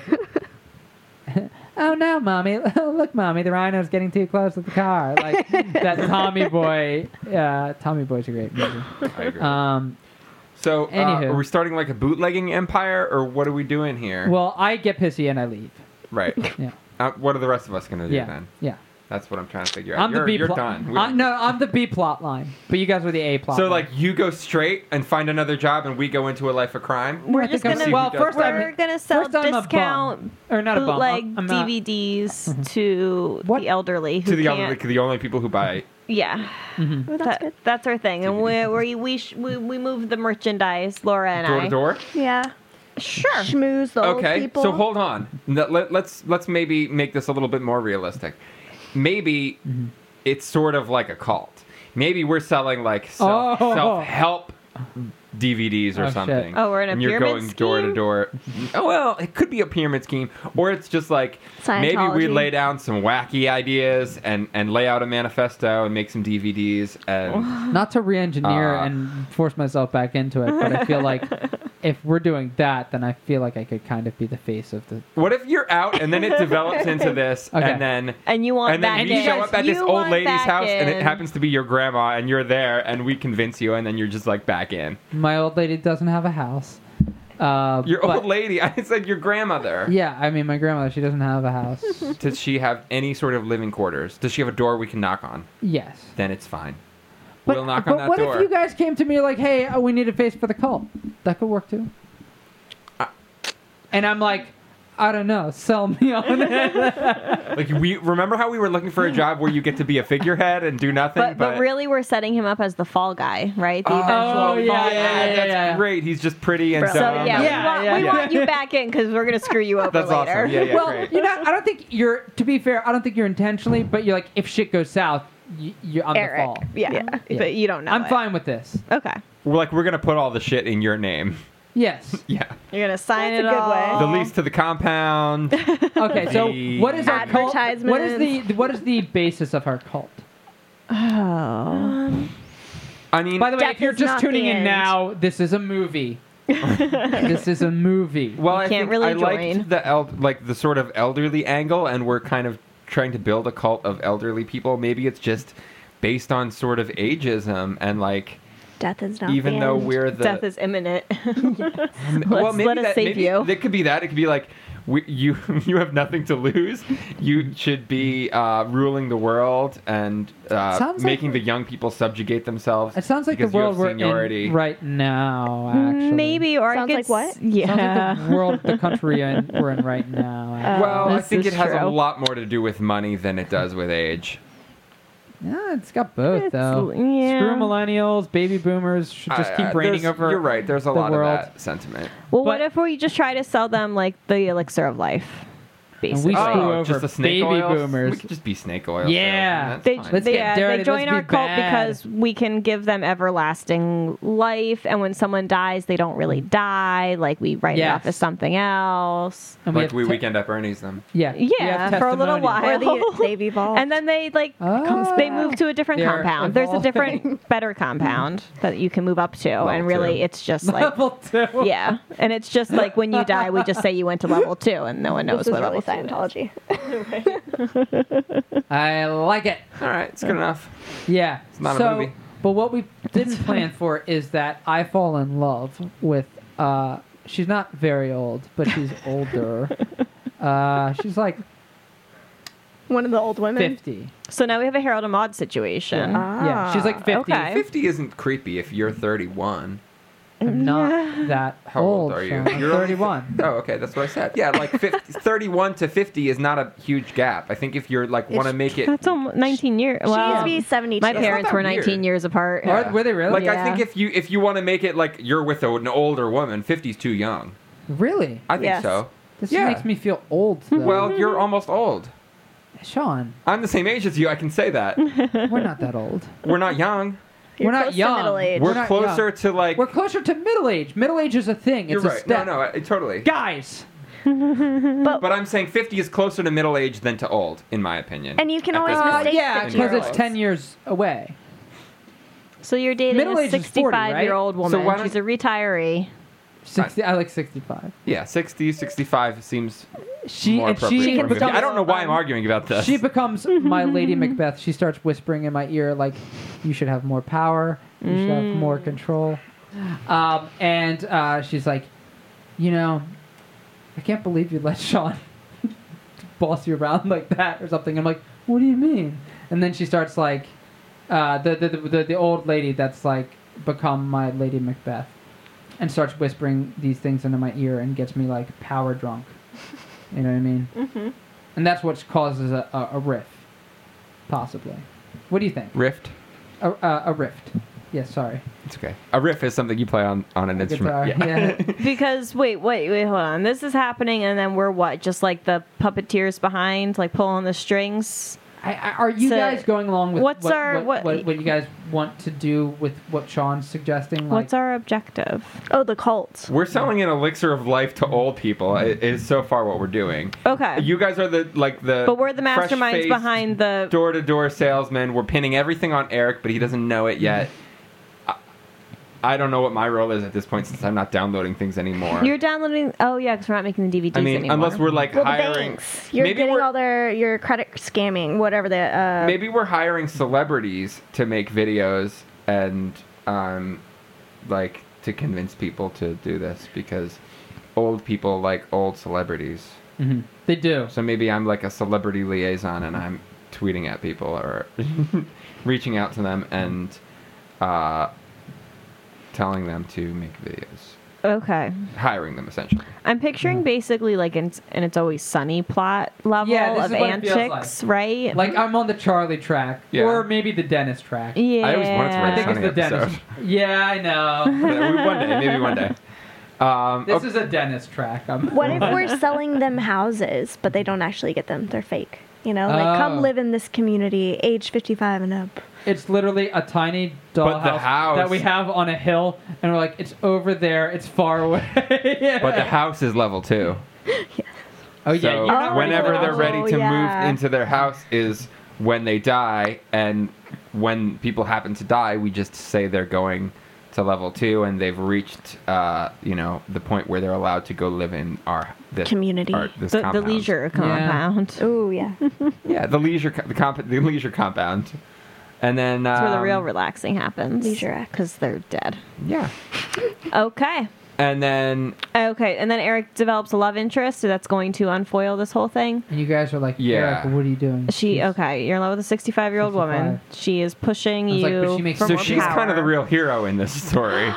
Speaker 4: oh no, mommy! (laughs) Look, mommy, the rhino's getting too close to the car. Like that Tommy Boy. Yeah, Tommy Boy's a great movie.
Speaker 1: I agree.
Speaker 4: Um,
Speaker 1: so, uh,
Speaker 4: anywho.
Speaker 1: are we starting like a bootlegging empire, or what are we doing here?
Speaker 4: well, I get pissy and I leave.
Speaker 1: (laughs) right.
Speaker 4: Yeah,
Speaker 1: Uh, what are the rest of us gonna do
Speaker 4: yeah,
Speaker 1: then?
Speaker 4: yeah.
Speaker 1: That's what I'm trying to figure out.
Speaker 4: I'm
Speaker 1: you're,
Speaker 4: the B
Speaker 1: you're
Speaker 4: plot.
Speaker 1: done. We don't-
Speaker 4: I'm- No, I'm the B plot line, but you guys were the A
Speaker 1: (laughs)
Speaker 4: plot.
Speaker 1: So
Speaker 4: line.
Speaker 1: like you go straight and find another job, and we go into a life of crime.
Speaker 5: We're
Speaker 4: I
Speaker 5: just
Speaker 4: think I'm-
Speaker 5: gonna.
Speaker 1: Well,
Speaker 5: Well,
Speaker 1: first
Speaker 5: first
Speaker 1: I'm-
Speaker 5: we're gonna sell
Speaker 4: first I'm a bum.
Speaker 5: discount
Speaker 4: or not a bum.
Speaker 5: bootleg
Speaker 4: I'm- I'm not- (laughs)
Speaker 5: DVDs to
Speaker 4: What?
Speaker 5: the elderly who
Speaker 1: To the
Speaker 5: can't.
Speaker 1: only, the only people who buy.
Speaker 5: Yeah,
Speaker 3: Oh, that's
Speaker 5: that,
Speaker 3: good.
Speaker 5: that's our thing, and we we we, sh- we we move the merchandise, Laura and
Speaker 1: door
Speaker 5: I.
Speaker 1: to door.
Speaker 3: Yeah.
Speaker 5: Sure.
Speaker 3: Schmooze the old
Speaker 1: Okay,
Speaker 3: people.
Speaker 1: so hold on. Let, let, let's let's maybe make this a little bit more realistic. Maybe
Speaker 4: Mm-hmm.
Speaker 1: it's sort of like a cult. Maybe we're selling like self
Speaker 4: Oh.
Speaker 1: help DVDs or
Speaker 4: Oh, shit.
Speaker 1: something.
Speaker 5: Oh, we're in a
Speaker 1: and you're
Speaker 5: pyramid
Speaker 1: going door to
Speaker 5: scheme?
Speaker 1: door. Oh well, it could be a pyramid scheme, or it's just like maybe we
Speaker 3: Scientology.
Speaker 1: lay down some wacky ideas and and lay out a manifesto and make some DVDs and
Speaker 5: (laughs)
Speaker 4: not to re-engineer
Speaker 1: Uh.
Speaker 4: and force myself back into it but i feel
Speaker 1: (laughs)
Speaker 4: like if we're doing that then i feel like i could kind of be the face of the
Speaker 1: What if you're out and then it develops into this
Speaker 4: (laughs) Okay.
Speaker 1: and then
Speaker 5: And you want
Speaker 1: and then
Speaker 5: back
Speaker 1: we
Speaker 5: in.
Speaker 1: show up at this
Speaker 5: You
Speaker 1: old
Speaker 5: want
Speaker 1: lady's
Speaker 5: back
Speaker 1: house and it
Speaker 5: in.
Speaker 1: happens to be your grandma and you're there and we convince you and then you're just like back in.
Speaker 4: my old lady doesn't have a house uh,
Speaker 1: Your
Speaker 4: but-
Speaker 1: old lady, (laughs) I said your grandmother.
Speaker 4: yeah i mean my grandmother she doesn't have a house
Speaker 1: (laughs) Does she have any sort of living quarters? Does she have a door we can knock on?
Speaker 4: yes
Speaker 1: Then it's fine.
Speaker 4: but,
Speaker 1: we'll knock
Speaker 4: but
Speaker 1: on that
Speaker 4: what
Speaker 1: door.
Speaker 4: if you guys came to me like hey uh, we need a face for the cult that could work too and i'm like i don't know sell me
Speaker 1: (laughs)
Speaker 4: on it
Speaker 1: like we remember how we were looking for a job where you get to be a figurehead and do nothing,
Speaker 5: But, but really, we're setting him up as the fall guy, right? The
Speaker 1: Oh,
Speaker 5: eventual
Speaker 4: yeah,
Speaker 5: fall
Speaker 4: yeah,
Speaker 5: guy.
Speaker 4: yeah,
Speaker 1: that's
Speaker 4: yeah.
Speaker 1: great. He's just pretty and
Speaker 3: Bro.
Speaker 5: So
Speaker 1: dumb.
Speaker 4: Yeah,
Speaker 5: yeah, we, want,
Speaker 4: yeah,
Speaker 5: we
Speaker 4: yeah.
Speaker 5: want you back in because we're gonna
Speaker 1: (laughs)
Speaker 5: screw you over
Speaker 1: That's
Speaker 5: later.
Speaker 1: awesome. Yeah, yeah,
Speaker 4: well,
Speaker 1: great.
Speaker 4: you know, I don't think you're. To be fair, I don't think you're intentionally, but you're like, if shit goes south, you, you're on the
Speaker 5: Eric.
Speaker 4: fall.
Speaker 5: (laughs) Yeah.
Speaker 4: Yeah.
Speaker 5: but you don't know.
Speaker 4: I'm
Speaker 5: it.
Speaker 4: fine with this.
Speaker 5: Okay,
Speaker 1: We're like we're gonna put all the shit in your name. (laughs)
Speaker 4: Yes.
Speaker 1: Yeah.
Speaker 5: you're gonna sign
Speaker 3: That's a
Speaker 5: it
Speaker 3: good way.
Speaker 5: all.
Speaker 1: The lease to the compound.
Speaker 4: Okay.
Speaker 1: (laughs)
Speaker 4: So,
Speaker 1: The-
Speaker 4: what is our cult? What is the
Speaker 3: Advertisements.
Speaker 4: what is the basis of our cult?
Speaker 5: Oh.
Speaker 1: I mean,
Speaker 4: By the way,
Speaker 3: Death
Speaker 4: if you're
Speaker 3: is
Speaker 4: just
Speaker 3: not
Speaker 4: tuning
Speaker 3: the
Speaker 4: in
Speaker 3: end.
Speaker 4: now, this is a
Speaker 5: (laughs)
Speaker 4: movie. this is a movie.
Speaker 1: Well,
Speaker 5: You
Speaker 1: I
Speaker 5: can't
Speaker 1: think
Speaker 5: really
Speaker 1: I
Speaker 5: join.
Speaker 1: liked the el- like the sort of elderly angle, and we're kind of trying to build a cult of elderly people. Maybe it's just based on sort of ageism and like
Speaker 3: Death is not.
Speaker 1: even
Speaker 3: the
Speaker 1: though
Speaker 3: end.
Speaker 1: we're the
Speaker 5: Death is imminent.
Speaker 1: M-
Speaker 5: Let's let us save
Speaker 1: maybe
Speaker 5: you.
Speaker 1: That could be that. It could be like we, (laughs) you you have nothing to lose. You should be uh, ruling the world and uh,
Speaker 4: Sounds like-
Speaker 1: making the young people subjugate themselves.
Speaker 4: It sounds like the
Speaker 1: because you have
Speaker 4: world we're
Speaker 1: seniority.
Speaker 4: in right now. Actually,
Speaker 5: Mm, Maybe or I
Speaker 3: Sounds
Speaker 5: could
Speaker 3: like what?
Speaker 5: s-
Speaker 3: Sounds
Speaker 5: (laughs) Yeah.
Speaker 4: Sounds like the world, the country in, we're in right
Speaker 5: Uh,
Speaker 4: now. actually.
Speaker 1: Well, I
Speaker 5: Oh, This
Speaker 1: think
Speaker 5: is
Speaker 1: it has a
Speaker 5: true.
Speaker 1: lot more to do with money than it does with age.
Speaker 4: yeah, it's got both
Speaker 5: It's-
Speaker 4: though.
Speaker 5: yeah.
Speaker 4: Screw millennials, baby boomers should just
Speaker 1: I-
Speaker 4: keep
Speaker 1: I-
Speaker 4: reigning
Speaker 1: Uh, there's-
Speaker 4: over.
Speaker 1: You're right. There's a
Speaker 4: the
Speaker 1: lot
Speaker 4: world.
Speaker 1: of that sentiment.
Speaker 5: well, what
Speaker 4: But-
Speaker 5: if we just try to sell them like the elixir of life?
Speaker 4: we
Speaker 5: Basically.
Speaker 4: screw
Speaker 1: oh,
Speaker 4: over
Speaker 1: just the snake
Speaker 4: baby
Speaker 1: oil.
Speaker 4: boomers.
Speaker 1: We could just be snake oil.
Speaker 4: Yeah.
Speaker 1: salesmen.
Speaker 5: they,
Speaker 1: That's fine.
Speaker 4: Let's
Speaker 5: they,
Speaker 4: get
Speaker 5: yeah,
Speaker 4: dirty.
Speaker 5: they join
Speaker 4: Let's be
Speaker 5: our cult
Speaker 4: bad.
Speaker 5: because we can give them everlasting life, and when someone dies, they don't really die. Like we write it
Speaker 4: Yes.
Speaker 5: off as something else,
Speaker 4: And
Speaker 1: like
Speaker 4: have
Speaker 1: we
Speaker 4: te-
Speaker 1: weekend up Ernie's them.
Speaker 4: Yeah, we
Speaker 5: Yeah,
Speaker 4: have
Speaker 5: for a little
Speaker 4: testimonials. (laughs)
Speaker 5: while.
Speaker 3: Or the, they've evolved.
Speaker 5: and then they like
Speaker 4: Ah.
Speaker 5: they move to a different
Speaker 4: They're
Speaker 5: compound. There's a
Speaker 4: evolving.
Speaker 5: different, (laughs) better compound that you can move up to, and really,
Speaker 1: two.
Speaker 5: it's just
Speaker 4: (laughs)
Speaker 5: like
Speaker 4: Level two.
Speaker 5: yeah, and it's just like when you die, we just say you went to level two, and no one knows
Speaker 3: this is
Speaker 5: what
Speaker 3: really
Speaker 5: level two is.
Speaker 3: Scientology.
Speaker 4: I like it.
Speaker 1: All right, it's good enough.
Speaker 4: Yeah. It's
Speaker 1: not a
Speaker 4: so,
Speaker 1: movie.
Speaker 4: But what
Speaker 1: (laughs)
Speaker 4: we didn't plan for is that I fall in love with. Uh, she's not very old,
Speaker 1: (laughs)
Speaker 4: but she's older. uh,
Speaker 3: (laughs)
Speaker 4: she's like
Speaker 3: (laughs) One of the old women.
Speaker 4: fifty.
Speaker 5: So now we have a Harold and Maude situation.
Speaker 4: yeah, she's like
Speaker 3: Ah,
Speaker 4: fifty.
Speaker 5: okay.
Speaker 1: Fifty isn't creepy if you're 31.
Speaker 3: (laughs)
Speaker 4: I'm not that
Speaker 1: How old
Speaker 4: old.
Speaker 1: are you?
Speaker 4: Sean. I'm
Speaker 1: You're only-
Speaker 4: thirty-one.
Speaker 1: Oh, okay, that's what I said. Yeah, like
Speaker 4: (laughs)
Speaker 1: 50, 31 to 50 is not a huge gap. I think if you're like want to
Speaker 4: It's-
Speaker 1: make it
Speaker 5: That's almost 19 years.
Speaker 3: She
Speaker 5: Well,
Speaker 3: used to be 72.
Speaker 5: my
Speaker 1: not
Speaker 5: parents
Speaker 1: that
Speaker 5: were 19
Speaker 1: weird.
Speaker 5: years apart.
Speaker 4: Or- Are- (laughs) were they really?
Speaker 1: Like I
Speaker 5: Yeah.
Speaker 1: think if you if you want to make it like you're with an older woman, 50's too young.
Speaker 4: Really?
Speaker 1: I think
Speaker 3: Yes.
Speaker 1: so.
Speaker 4: This
Speaker 1: Yeah.
Speaker 4: makes me feel old. Though.
Speaker 1: Well, you're
Speaker 4: Mm-hmm.
Speaker 1: almost old.
Speaker 4: Sean,
Speaker 1: I'm the same age as you. I can say
Speaker 4: (laughs)
Speaker 1: that.
Speaker 4: we're not that old.
Speaker 1: We're not young.
Speaker 3: (laughs) You're
Speaker 4: we're not
Speaker 3: close to
Speaker 4: young.
Speaker 3: middle age.
Speaker 4: We're
Speaker 1: We're
Speaker 4: not
Speaker 1: closer
Speaker 4: young.
Speaker 1: to like.
Speaker 4: We're closer to middle age. Middle age is a thing.
Speaker 1: you're
Speaker 4: It's a
Speaker 1: right. No,
Speaker 4: step.
Speaker 1: no, I, totally.
Speaker 4: Guys,
Speaker 1: But I'm saying 50 is closer to middle age than to old, in my opinion.
Speaker 3: And you can
Speaker 1: At
Speaker 3: always
Speaker 1: this point.
Speaker 4: Uh,
Speaker 3: mistake
Speaker 4: yeah,
Speaker 1: the
Speaker 4: because
Speaker 1: year
Speaker 4: it's
Speaker 1: olds.
Speaker 4: ten years away.
Speaker 5: so you're dating
Speaker 4: Middle
Speaker 5: a
Speaker 4: age is
Speaker 5: 65
Speaker 4: 40,
Speaker 5: year old
Speaker 1: right?
Speaker 5: woman.
Speaker 1: So why don't-
Speaker 5: She's
Speaker 4: (laughs)
Speaker 5: a retiree.
Speaker 4: 60, I like 65.
Speaker 1: Yeah, 60, 65 seems
Speaker 4: She
Speaker 1: more
Speaker 4: and
Speaker 1: appropriate.
Speaker 4: she
Speaker 1: for a movie.
Speaker 4: becomes,
Speaker 1: I don't know why I'm arguing about this.
Speaker 4: um, she becomes my Lady Macbeth. She starts whispering in my ear like, "You should have more power. You should
Speaker 1: Mm.
Speaker 4: have more control." Um, and uh, she's like, "You know, I can't believe you let (laughs) Sean boss you around like that or something." I'm like, "What do you mean?" And then she starts like, uh, the, the, the the the old lady that's like become my Lady Macbeth, and starts whispering these things into my ear and gets me like power drunk. You know what I mean?
Speaker 5: Mm-hmm.
Speaker 4: And that's what causes a, a, a rift, possibly. What do you think?
Speaker 1: rift.
Speaker 4: A, a, a rift. Yes, sorry.
Speaker 1: It's okay. A riff is something you play on, on an
Speaker 4: Guitar.
Speaker 1: instrument.
Speaker 5: (laughs)
Speaker 4: Yeah.
Speaker 5: Because wait, wait, wait, hold on. This is happening, and then we're what? Just like the puppeteers behind, like pulling the strings.
Speaker 4: I, I, are you
Speaker 5: So,
Speaker 4: guys going along with
Speaker 5: what's
Speaker 4: what,
Speaker 5: our-
Speaker 4: what,
Speaker 5: what-
Speaker 4: what, what you guys want to do with what Sean's suggesting? Like,
Speaker 5: What's our objective?
Speaker 3: Oh, the
Speaker 1: (laughs)
Speaker 3: cult.
Speaker 1: We're selling an elixir of life to old people. i- Is so far what we're doing.
Speaker 5: Okay,
Speaker 1: You guys are the like the.
Speaker 5: but we're the masterminds
Speaker 1: fresh-faced
Speaker 5: behind the.
Speaker 1: Door to door salesman. We're pinning everything on Eric, but he doesn't know it yet. I- I don't know what my role is at this point since I'm not downloading things anymore.
Speaker 5: You're downloading. Oh yeah, because we're not making the DVDs
Speaker 1: I mean,
Speaker 5: anymore.
Speaker 1: unless we're like
Speaker 3: Well, the
Speaker 1: hiring.
Speaker 3: banks. You're
Speaker 1: maybe
Speaker 3: getting
Speaker 1: we're
Speaker 3: all their your credit scamming, whatever the. Uh,
Speaker 1: maybe we're hiring celebrities to make videos and um, like to convince people to do this because old people like old celebrities.
Speaker 4: Mhm. They do.
Speaker 1: So maybe I'm like a celebrity liaison and I'm tweeting at people or (laughs) reaching out to them and uh, telling them to make videos,
Speaker 5: okay.
Speaker 1: hiring them essentially.
Speaker 5: I'm picturing basically like an, and it's always sunny plot level
Speaker 4: Yeah, this
Speaker 5: of
Speaker 4: is what it feels
Speaker 5: antics, right?
Speaker 4: Like, I'm on the Charlie track,
Speaker 1: Yeah.
Speaker 4: or maybe the Dennis track.
Speaker 5: yeah.
Speaker 1: I always wanted to
Speaker 4: I
Speaker 1: write
Speaker 4: think it's
Speaker 1: Sunny
Speaker 4: the Dennis.
Speaker 1: episode.
Speaker 4: Yeah,
Speaker 1: (laughs)
Speaker 4: I know.
Speaker 1: one day, maybe one day. Um,
Speaker 4: This
Speaker 1: okay.
Speaker 4: is a Dennis track. I'm,
Speaker 3: what if we're selling them houses, but they don't actually get them? They're fake. You know, like
Speaker 4: Oh.
Speaker 3: come live in this community, age 55 and up.
Speaker 4: It's literally a tiny
Speaker 1: But
Speaker 4: dollhouse
Speaker 1: the house-
Speaker 4: that we have on a hill, and we're like, it's over there, it's far away. (laughs)
Speaker 1: but the house is level two.
Speaker 4: oh yeah,
Speaker 1: So
Speaker 4: you're not ready
Speaker 1: whenever they're
Speaker 4: for that.
Speaker 5: Oh,
Speaker 1: ready to
Speaker 3: yeah.
Speaker 1: move into their house is when they die, and when people happen to die, we just say they're going to level two, and they've reached, uh, you know, the point where they're allowed to go live in our this,
Speaker 3: Community.
Speaker 1: our- this
Speaker 5: the, the
Speaker 1: compound.
Speaker 5: leisure compound.
Speaker 3: (laughs) Ooh, yeah.
Speaker 1: yeah, the leisure, co- the, comp- the leisure compound. And then
Speaker 5: That's where the
Speaker 1: um,
Speaker 5: real relaxing happens.
Speaker 3: Leisure Act.
Speaker 5: Because they're dead.
Speaker 1: yeah.
Speaker 5: Okay.
Speaker 1: And then
Speaker 5: Okay. And then Eric develops a love interest, so that's going to unfoil this whole thing.
Speaker 4: And you guys are like,
Speaker 1: Yeah.
Speaker 4: yeah. Eric, what are you doing?
Speaker 5: She
Speaker 4: She's-
Speaker 5: okay, you're in love with a 65 year old woman. She is pushing
Speaker 4: I was
Speaker 5: you.
Speaker 4: like, but she makes-
Speaker 5: for
Speaker 1: so
Speaker 5: more
Speaker 1: she's
Speaker 5: power.
Speaker 1: kind of the real hero in this
Speaker 4: (gasps)
Speaker 1: story.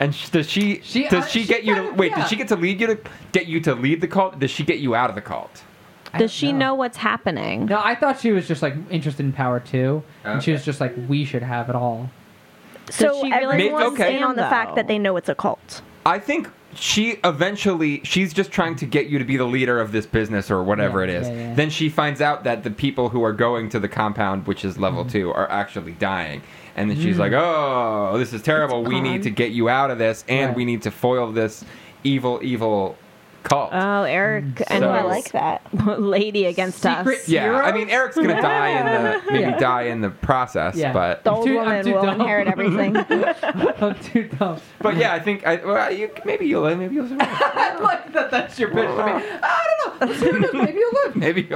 Speaker 1: And sh- does she,
Speaker 4: She-
Speaker 1: does
Speaker 4: uh,
Speaker 1: she,
Speaker 4: she
Speaker 1: get you to
Speaker 4: kind of-
Speaker 1: wait?
Speaker 4: yeah.
Speaker 1: Does she get to lead you to get you to lead the cult? Does she get you out of the cult?
Speaker 4: I
Speaker 5: Does
Speaker 4: don't
Speaker 5: she know what's happening?
Speaker 4: No, I thought she was just like interested in power too, and she
Speaker 1: Okay.
Speaker 4: was just like, we should have
Speaker 1: (laughs)
Speaker 4: it all. (laughs)
Speaker 5: Does
Speaker 3: So
Speaker 5: she really
Speaker 3: everyone's
Speaker 1: Okay.
Speaker 3: in on the
Speaker 5: though?
Speaker 3: fact that they know it's a cult.
Speaker 1: I think she eventually she's just trying to get you to be the leader of this business or whatever
Speaker 4: Yeah,
Speaker 1: it is.
Speaker 4: yeah, yeah.
Speaker 1: Then she finds out that the people who are going to the compound, which is
Speaker 4: Mm-hmm.
Speaker 1: level two, are actually dying. And then
Speaker 4: Mm.
Speaker 1: she's like, "Oh, this is terrible. We need to get you out of this, and
Speaker 4: Right.
Speaker 1: we need to foil this evil, evil cult."
Speaker 5: Oh, Eric and
Speaker 1: So-
Speaker 3: Oh, I like
Speaker 5: his
Speaker 3: that.
Speaker 5: (laughs) lady against
Speaker 4: Mm, Secret-
Speaker 5: us.
Speaker 1: yeah, I
Speaker 4: Heroes?
Speaker 1: mean, Eric's gonna die in
Speaker 4: (laughs)
Speaker 1: the maybe
Speaker 4: Yeah.
Speaker 1: die in the process,
Speaker 4: Yeah.
Speaker 1: but
Speaker 3: The old
Speaker 4: too- I'm
Speaker 3: woman
Speaker 4: too
Speaker 3: will
Speaker 4: dumb.
Speaker 3: inherit everything.
Speaker 4: (laughs) I'm too
Speaker 1: (laughs)
Speaker 4: dumb.
Speaker 1: but yeah, I think I well, you, maybe you'll live, maybe you'll survive,
Speaker 4: (laughs) I like that. That's your pitch to me. I don't know. Let's see
Speaker 1: (laughs)
Speaker 4: what it is. (laughs) Maybe you'll live.
Speaker 1: maybe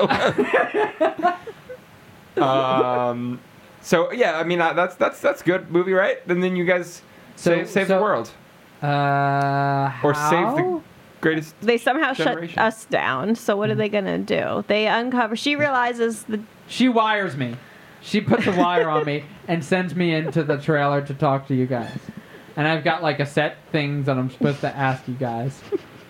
Speaker 1: you'll. live.
Speaker 4: (laughs)
Speaker 1: um, so yeah, I mean uh, that's that's that's good movie, right? And then you guys
Speaker 4: So-
Speaker 1: save save the
Speaker 4: so-
Speaker 1: world
Speaker 4: Uh,
Speaker 1: or
Speaker 4: how?
Speaker 1: save the greatest.
Speaker 5: They somehow
Speaker 1: Generation.
Speaker 5: shut us down. So what are they gonna do? They uncover. She realizes the
Speaker 4: She wires me. She puts a wire on me and sends me into the trailer to talk to you guys. And I've got like a set things that I'm supposed to ask you guys.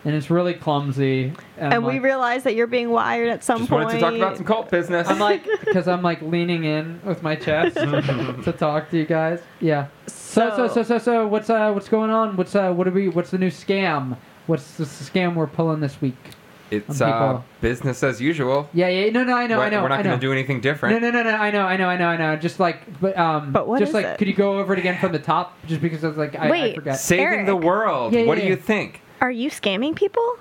Speaker 4: And it's really clumsy. And, I'm
Speaker 5: and we
Speaker 4: like-
Speaker 5: realize that you're being wired at some
Speaker 1: Just
Speaker 5: point.
Speaker 1: wanted to talk about some cult business.
Speaker 4: I'm like, because I'm like leaning in with
Speaker 1: (laughs)
Speaker 4: my chest to talk to you guys. Yeah. So so so so so what's uh what's going on? What's uh what are we? What's the new scam? What's the scam we're pulling this week?
Speaker 1: it's
Speaker 4: some
Speaker 1: uh,
Speaker 4: people-
Speaker 1: business as usual.
Speaker 4: Yeah yeah no no I know
Speaker 1: we're,
Speaker 4: I know
Speaker 1: we're not
Speaker 4: I know.
Speaker 1: gonna do anything different.
Speaker 4: no, no, no, no! I know, I know, I know, I know. Just like, but um,
Speaker 5: But what
Speaker 4: just
Speaker 5: is
Speaker 4: like,
Speaker 5: it?
Speaker 4: could you go over it again from the top? Just because I was like, I, I
Speaker 3: Wait.
Speaker 4: forgot.
Speaker 1: Saving the
Speaker 3: Eric.
Speaker 1: world.
Speaker 4: Yeah, yeah,
Speaker 1: what do
Speaker 4: yeah.
Speaker 1: you think?
Speaker 3: Are you scamming people?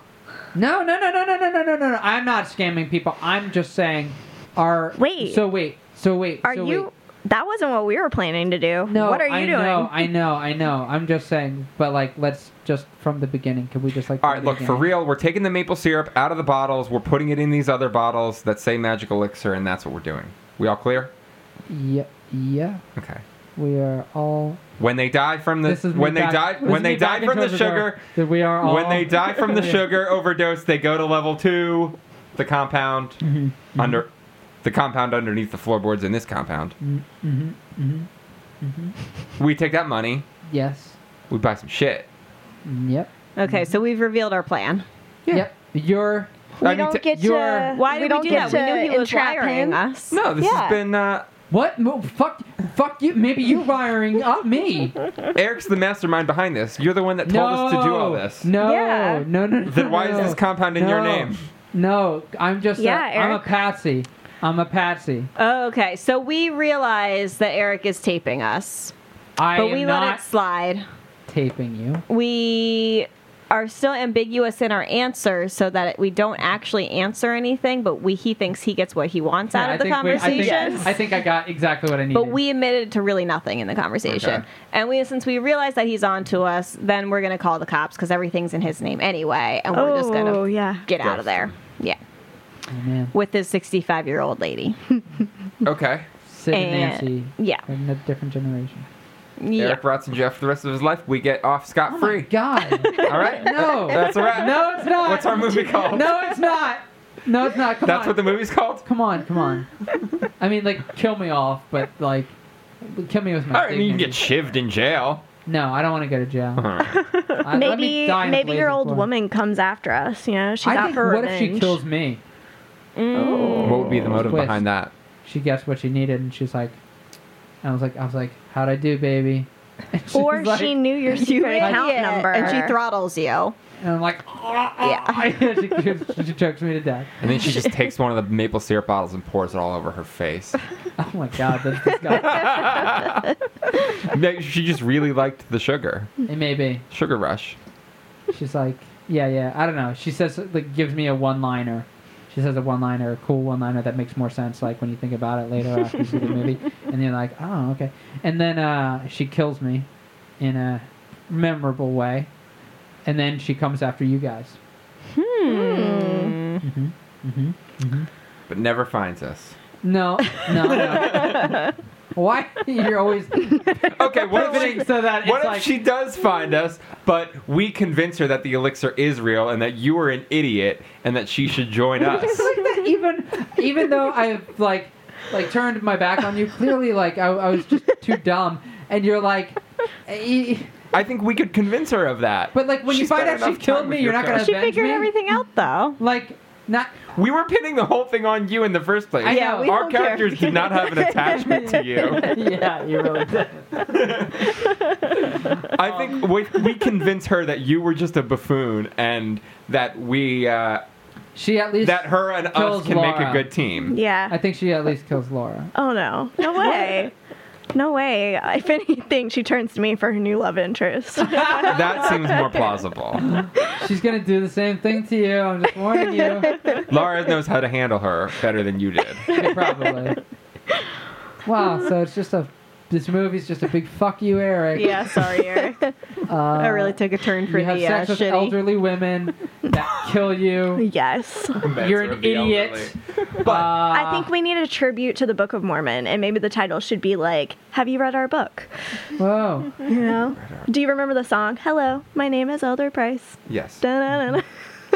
Speaker 4: No, no, no, no, no, no, no, no, no, no! I'm not scamming people. I'm just saying, are
Speaker 3: Wait.
Speaker 4: So wait, so wait,
Speaker 3: Are
Speaker 4: so
Speaker 3: you?
Speaker 4: wait.
Speaker 3: That wasn't what we were planning to do.
Speaker 4: No,
Speaker 3: What are you
Speaker 4: I
Speaker 3: doing?
Speaker 4: Know, I know, I know. I'm just saying, but like, let's just from the beginning. Can we just like?
Speaker 1: All
Speaker 4: from
Speaker 1: right,
Speaker 4: the
Speaker 1: look, for
Speaker 4: beginning?
Speaker 1: real, we're taking the maple syrup out of the bottles. We're putting it in these other bottles that say magic elixir, and that's what we're doing. We all clear?
Speaker 4: Yeah, yeah.
Speaker 1: Okay.
Speaker 4: We are all.
Speaker 1: When they die from the
Speaker 4: This is me
Speaker 1: when they
Speaker 4: back-
Speaker 1: die
Speaker 4: this is
Speaker 1: when they
Speaker 4: me back
Speaker 1: die from the
Speaker 4: into Oh. Overture,
Speaker 1: sugar
Speaker 4: That we are all.
Speaker 1: when they die from
Speaker 4: (laughs)
Speaker 1: the sugar overdose, they go to level two, the compound
Speaker 4: Mm-hmm.
Speaker 1: under the compound underneath the floorboards in this compound.
Speaker 4: Mhm, mhm.
Speaker 1: We take that money,
Speaker 4: Yes.
Speaker 1: we buy some shit.
Speaker 4: Yep.
Speaker 5: Okay, so we've revealed our plan.
Speaker 4: Yep. You're.
Speaker 3: We
Speaker 1: I mean,
Speaker 3: don't
Speaker 1: t-
Speaker 3: get
Speaker 4: you're-
Speaker 3: to.
Speaker 5: Why
Speaker 3: we
Speaker 5: did we,
Speaker 3: don't
Speaker 5: do
Speaker 3: get
Speaker 5: that?
Speaker 3: to
Speaker 5: We knew he was
Speaker 3: entrap
Speaker 5: wiring
Speaker 3: him.
Speaker 5: us.
Speaker 1: No, this
Speaker 3: Yeah.
Speaker 1: has been uh,
Speaker 4: What? No, fuck. Fuck you. Maybe you're wiring
Speaker 1: (laughs)
Speaker 4: up me.
Speaker 1: Eric's the mastermind behind this. You're the one that told
Speaker 4: no.
Speaker 1: us to do all this.
Speaker 4: No.
Speaker 3: Yeah.
Speaker 4: No. No. no,
Speaker 1: Then why is
Speaker 4: no.
Speaker 1: this compound in your
Speaker 4: No.
Speaker 1: name?
Speaker 4: No, I'm just.
Speaker 3: Yeah,
Speaker 4: a, I'm a
Speaker 3: Eric.
Speaker 4: patsy. I'm a patsy.
Speaker 5: Oh, okay, so we realize that Eric is taping us,
Speaker 4: I
Speaker 5: but
Speaker 4: am
Speaker 5: we let
Speaker 4: not
Speaker 5: it slide.
Speaker 4: taping you.
Speaker 5: We are still ambiguous in our answers, so that we don't actually answer anything. But we he thinks he gets what he wants out
Speaker 4: Yeah,
Speaker 5: of the
Speaker 4: we-
Speaker 5: conversation.
Speaker 4: I, think, I think I got exactly what I needed.
Speaker 5: But we admitted to really nothing in the conversation.
Speaker 1: Okay.
Speaker 5: And we, since we realize that he's on to us, then we're going to call the cops because everything's in his name anyway. And we're just going
Speaker 3: Oh,
Speaker 5: to
Speaker 3: yeah.
Speaker 5: get out of there. Yeah.
Speaker 4: Oh, man.
Speaker 5: With this 65 year old lady.
Speaker 1: Okay.
Speaker 4: Sid and,
Speaker 5: And-
Speaker 4: Nancy.
Speaker 5: yeah.
Speaker 4: From a different generation.
Speaker 5: Yeah. (laughs)
Speaker 1: Eric rots in jail for the rest of his life. We get off scot
Speaker 4: Oh my
Speaker 1: free.
Speaker 4: God.
Speaker 1: All right.
Speaker 4: No.
Speaker 1: That's a wrap.
Speaker 4: no, it's not.
Speaker 1: What's our movie called?
Speaker 4: No, it's not. No, it's not. Come
Speaker 1: That's
Speaker 4: on.
Speaker 1: what the movie's called.
Speaker 4: Come on, come on. I mean, like, kill me off, but like, kill me with my.
Speaker 1: All right. I mean, you can get Uh-huh.
Speaker 4: dignity.
Speaker 1: shivved in (laughs) jail.
Speaker 4: No, I don't want to go to
Speaker 1: All
Speaker 4: jail.
Speaker 1: right.
Speaker 4: I- Uh, let me
Speaker 3: Maybe
Speaker 4: die in a
Speaker 3: maybe your
Speaker 4: blazing
Speaker 3: old
Speaker 4: glory.
Speaker 3: woman comes after us. You know, she's
Speaker 4: I
Speaker 3: out
Speaker 4: think,
Speaker 3: for
Speaker 4: what
Speaker 3: revenge.
Speaker 4: if she kills (laughs) me?
Speaker 1: What would be the motive
Speaker 4: Twist.
Speaker 1: behind that?
Speaker 4: She gets what she needed, and she's like, and I was like, I was like, how'd I do, baby? (laughs) And she's
Speaker 3: Or
Speaker 4: like-
Speaker 3: she knew
Speaker 4: (laughs)
Speaker 3: your secret
Speaker 5: Idiot.
Speaker 3: account number,
Speaker 5: And she throttles you.
Speaker 4: And I'm like, "Ah, (laughs)
Speaker 5: Yeah.
Speaker 4: she, she, she chokes me to death.
Speaker 1: And then she just takes one of the maple syrup bottles and pours it all over her face.
Speaker 4: Oh my god,
Speaker 3: (laughs)
Speaker 4: that's disgusting.
Speaker 1: Maybe she just really liked the sugar,
Speaker 4: it may be.
Speaker 1: sugar rush.
Speaker 4: She's like, yeah, yeah. I don't know. She says, like, gives me a one-liner. She says a one-liner, a cool one-liner that makes more sense, like when you think about it later after you see the movie, and you're like, oh, okay. And then uh, she kills me in a memorable way, and then she comes after you guys.
Speaker 1: but never finds us. (laughs)
Speaker 4: No, no, no. Why you're always
Speaker 1: Okay, what if
Speaker 4: pitching
Speaker 1: she,
Speaker 4: (laughs) so that it's
Speaker 1: what if
Speaker 4: like
Speaker 1: she does find us, but we convince her that the elixir is real and that you are an idiot and that she should
Speaker 4: (laughs)
Speaker 1: join us?
Speaker 4: It's like that even even though I've like like turned my back on you, clearly like I, I was just too dumb, and you're like. eh,
Speaker 1: I think we could convince her of that.
Speaker 4: But, like, when you
Speaker 1: She's
Speaker 4: find
Speaker 1: got
Speaker 4: out she
Speaker 1: enough
Speaker 4: killed
Speaker 1: time
Speaker 4: me,
Speaker 1: with
Speaker 4: you're
Speaker 1: your
Speaker 4: not gonna
Speaker 1: coach.
Speaker 5: She
Speaker 4: avenge
Speaker 5: figured
Speaker 4: me?
Speaker 5: everything out though.
Speaker 4: Like,
Speaker 1: (laughs)
Speaker 4: not
Speaker 1: We were pinning the whole thing on you in the first place.
Speaker 4: I Yeah, know. we
Speaker 1: Our
Speaker 5: don't care.
Speaker 1: characters did not
Speaker 4: (laughs)
Speaker 1: have an attachment to you.
Speaker 4: yeah, you really did.
Speaker 1: I think we, we convince her that you were just a buffoon and that we uh,
Speaker 4: She at least.
Speaker 1: that her and us
Speaker 4: Kills
Speaker 1: can make a
Speaker 4: Laura.
Speaker 1: good team.
Speaker 3: Yeah.
Speaker 4: I think she at least kills Laura.
Speaker 3: oh no.
Speaker 4: (laughs)
Speaker 3: No way. no way. If anything, she turns to me for her new love
Speaker 4: (laughs)
Speaker 3: interest.
Speaker 1: That seems more plausible.
Speaker 4: She's gonna do the same thing to you. I'm just warning
Speaker 5: (laughs)
Speaker 4: you.
Speaker 1: Laura knows how to handle her better than you did.
Speaker 4: Yeah, probably. Wow. So it's just a. This movie's just a big fuck you, Eric.
Speaker 5: Yeah, sorry, Eric. I really took a turn for
Speaker 4: Uh, You have
Speaker 5: the uh,
Speaker 4: sex with
Speaker 5: shitty.
Speaker 4: elderly women that kill you.
Speaker 3: (laughs)
Speaker 5: (laughs)
Speaker 3: yes.
Speaker 4: You're an idiot.
Speaker 1: But
Speaker 5: Uh,
Speaker 3: I
Speaker 4: Ah.
Speaker 3: think we need a tribute to the Book of Mormon, and maybe the title should be like, "Have you read our book?"
Speaker 4: Whoa.
Speaker 3: You
Speaker 4: (laughs)
Speaker 3: know? Do you remember the song? Hello, my name is Elder Price.
Speaker 1: yes.
Speaker 3: Da-na-na-na.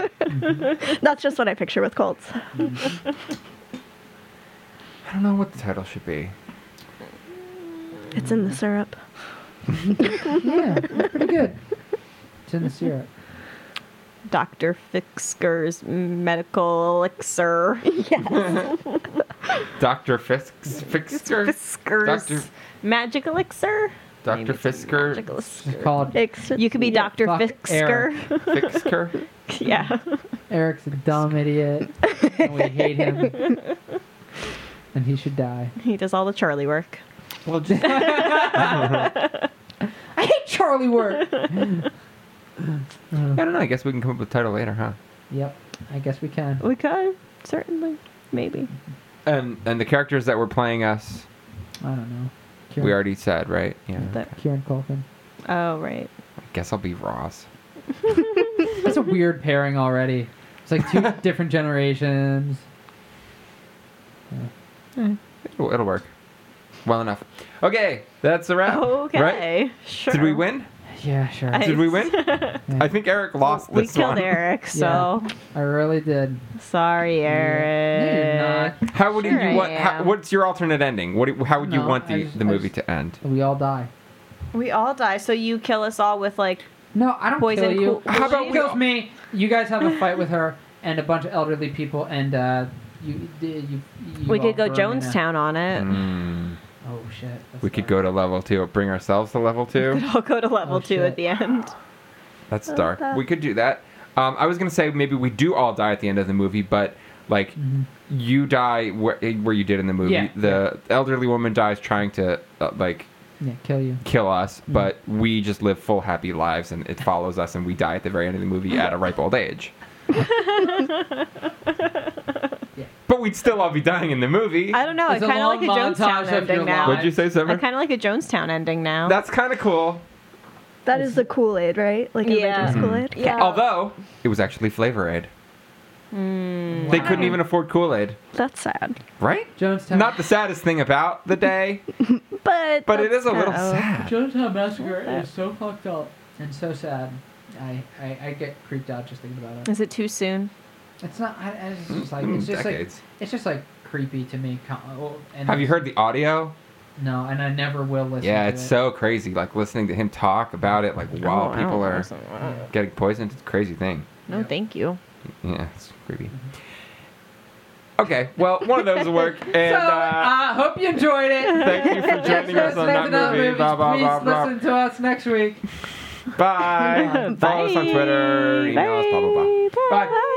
Speaker 4: Mm-hmm.
Speaker 3: (laughs) That's just what I picture with cults.
Speaker 1: I don't know what the title should be.
Speaker 3: It's in the syrup.
Speaker 4: Yeah, that's pretty good. It's in the syrup.
Speaker 5: Dr. Fixker's
Speaker 4: (laughs)
Speaker 5: medical elixir.
Speaker 1: Dr. Fisk's Fisker?
Speaker 5: Fisker's
Speaker 1: Dr.
Speaker 5: magic elixir.
Speaker 1: Dr.
Speaker 5: Maybe it's
Speaker 1: Fisker.
Speaker 5: magic
Speaker 4: It's
Speaker 5: elixir.
Speaker 4: called
Speaker 3: It's,
Speaker 5: You could be Dr.
Speaker 4: fuck
Speaker 5: Fixker.
Speaker 1: (laughs) Fisker?
Speaker 5: (laughs) yeah.
Speaker 4: Eric's a dumb idiot. And we hate him. And he should die.
Speaker 5: He does all the Charlie work.
Speaker 4: Well, (laughs) just. I hate Charlie work.
Speaker 1: I don't know. I guess we can come up with a title later, huh?
Speaker 4: Yep, I guess we can.
Speaker 5: We could, certainly. Maybe.
Speaker 1: And and the characters that were playing us,
Speaker 4: I don't know. Kieran,
Speaker 1: we already said, right? Yeah.
Speaker 5: That-
Speaker 4: Kieran Culkin.
Speaker 5: Oh, right.
Speaker 1: I guess I'll be Ross.
Speaker 4: That's a weird pairing already. It's like two
Speaker 1: (laughs)
Speaker 4: different generations.
Speaker 1: It'll, it'll work. Well enough. Okay, that's a wrap. Right?
Speaker 5: Okay. Sure.
Speaker 1: Did we win?
Speaker 4: Yeah, sure.
Speaker 5: I-
Speaker 1: Did we win?
Speaker 4: Yeah.
Speaker 1: I think
Speaker 5: (laughs)
Speaker 1: Eric lost
Speaker 5: we
Speaker 1: this
Speaker 5: killed
Speaker 1: one.
Speaker 4: (laughs)
Speaker 5: Eric, so
Speaker 4: I really did.
Speaker 5: sorry,
Speaker 4: Eh.
Speaker 5: Eric.
Speaker 4: No, you're
Speaker 1: How would
Speaker 5: Sure
Speaker 1: you
Speaker 5: I
Speaker 1: want? How,
Speaker 5: am.
Speaker 1: what's your alternate ending? What? do- How would you
Speaker 4: No,
Speaker 1: want
Speaker 4: I
Speaker 1: the,
Speaker 4: just-
Speaker 1: the
Speaker 4: I
Speaker 1: movie
Speaker 4: just-
Speaker 1: to end?
Speaker 4: We all die.
Speaker 5: We all die, so you kill us all with like
Speaker 4: No, I don't
Speaker 5: Poison
Speaker 4: kill you.
Speaker 5: cool-
Speaker 4: How
Speaker 5: How
Speaker 4: about
Speaker 5: about
Speaker 4: she
Speaker 5: we-
Speaker 4: kills me? You guys have a fight with her and a bunch of elderly people, and uh, you, you, you.
Speaker 5: we
Speaker 4: all
Speaker 5: could go
Speaker 4: burn in a-
Speaker 5: Jonestown on it.
Speaker 1: Mm,
Speaker 4: Oh shit. that's
Speaker 1: we could go
Speaker 4: dark.
Speaker 1: to level two. Bring ourselves to level two.
Speaker 5: (laughs) I'll go to level
Speaker 4: Oh,
Speaker 5: two
Speaker 4: shit.
Speaker 5: at the end.
Speaker 1: That's dark.
Speaker 3: that-
Speaker 1: We could do that. Um, I was gonna say maybe we do all die at the end of the movie, but like
Speaker 5: Mm-hmm.
Speaker 1: you die where, where you did in the movie.
Speaker 4: Yeah,
Speaker 1: the elderly woman dies trying to uh, like
Speaker 4: Yeah, kill you.
Speaker 1: kill us,
Speaker 5: Mm-hmm.
Speaker 1: but we just live full happy lives, and it follows us, and we die at the very end of the movie at a ripe old age.
Speaker 5: (laughs)
Speaker 1: But we'd still all be dying in the movie.
Speaker 5: I don't know. I
Speaker 4: It's a
Speaker 5: kind of
Speaker 4: long
Speaker 5: like a
Speaker 4: montage of
Speaker 5: Jonestown
Speaker 4: your
Speaker 5: ending now.
Speaker 4: life.
Speaker 1: Would you say
Speaker 5: I
Speaker 1: Summer?
Speaker 5: kind of like a Jonestown ending now.
Speaker 1: That's kind of cool.
Speaker 3: that is the Kool Aid, right? Like
Speaker 5: Yeah.
Speaker 3: everybody drinks Kool Aid.
Speaker 5: yeah.
Speaker 1: Although it was actually Flavor Aid.
Speaker 5: Mm.
Speaker 1: They couldn't even afford Kool Aid,
Speaker 3: That's sad.
Speaker 1: right?
Speaker 4: Jonestown.
Speaker 1: Not the saddest thing about the day,
Speaker 3: But
Speaker 1: but it is a
Speaker 3: that's
Speaker 1: little sad.
Speaker 3: sad.
Speaker 4: Jonestown Massacre is so fucked up and so sad. I, I, I get creeped out just thinking about it.
Speaker 5: Is it too soon?
Speaker 4: It's not. I, I- it's just like
Speaker 1: Mm,
Speaker 4: it's just
Speaker 1: decades.
Speaker 4: like it's just like creepy to me. Co- oh, And
Speaker 1: Have you heard the audio?
Speaker 4: No, and I never will listen.
Speaker 1: Yeah,
Speaker 4: to
Speaker 1: it's
Speaker 4: it.
Speaker 1: so crazy. Like listening to him talk about it, like while
Speaker 5: Oh, I
Speaker 1: people
Speaker 5: don't
Speaker 1: are
Speaker 5: listen. Uh,
Speaker 1: getting poisoned, it's a crazy thing.
Speaker 5: No, thank you.
Speaker 1: Yeah, it's creepy. Okay, well, one of those will work. And
Speaker 4: Mm-hmm. (laughs) So,
Speaker 1: uh,
Speaker 4: uh, hope you enjoyed it.
Speaker 1: thank you
Speaker 4: (laughs)
Speaker 1: for
Speaker 4: Thanks
Speaker 1: joining
Speaker 4: for
Speaker 1: us on
Speaker 4: listening to
Speaker 1: that
Speaker 4: Not
Speaker 1: movie.
Speaker 4: Movies.
Speaker 1: Blah, blah,
Speaker 4: Please
Speaker 1: blah, blah.
Speaker 4: listen to us next week. (laughs)
Speaker 1: Bye. Follow us on Twitter. Email us. Blah, blah, blah. Bye.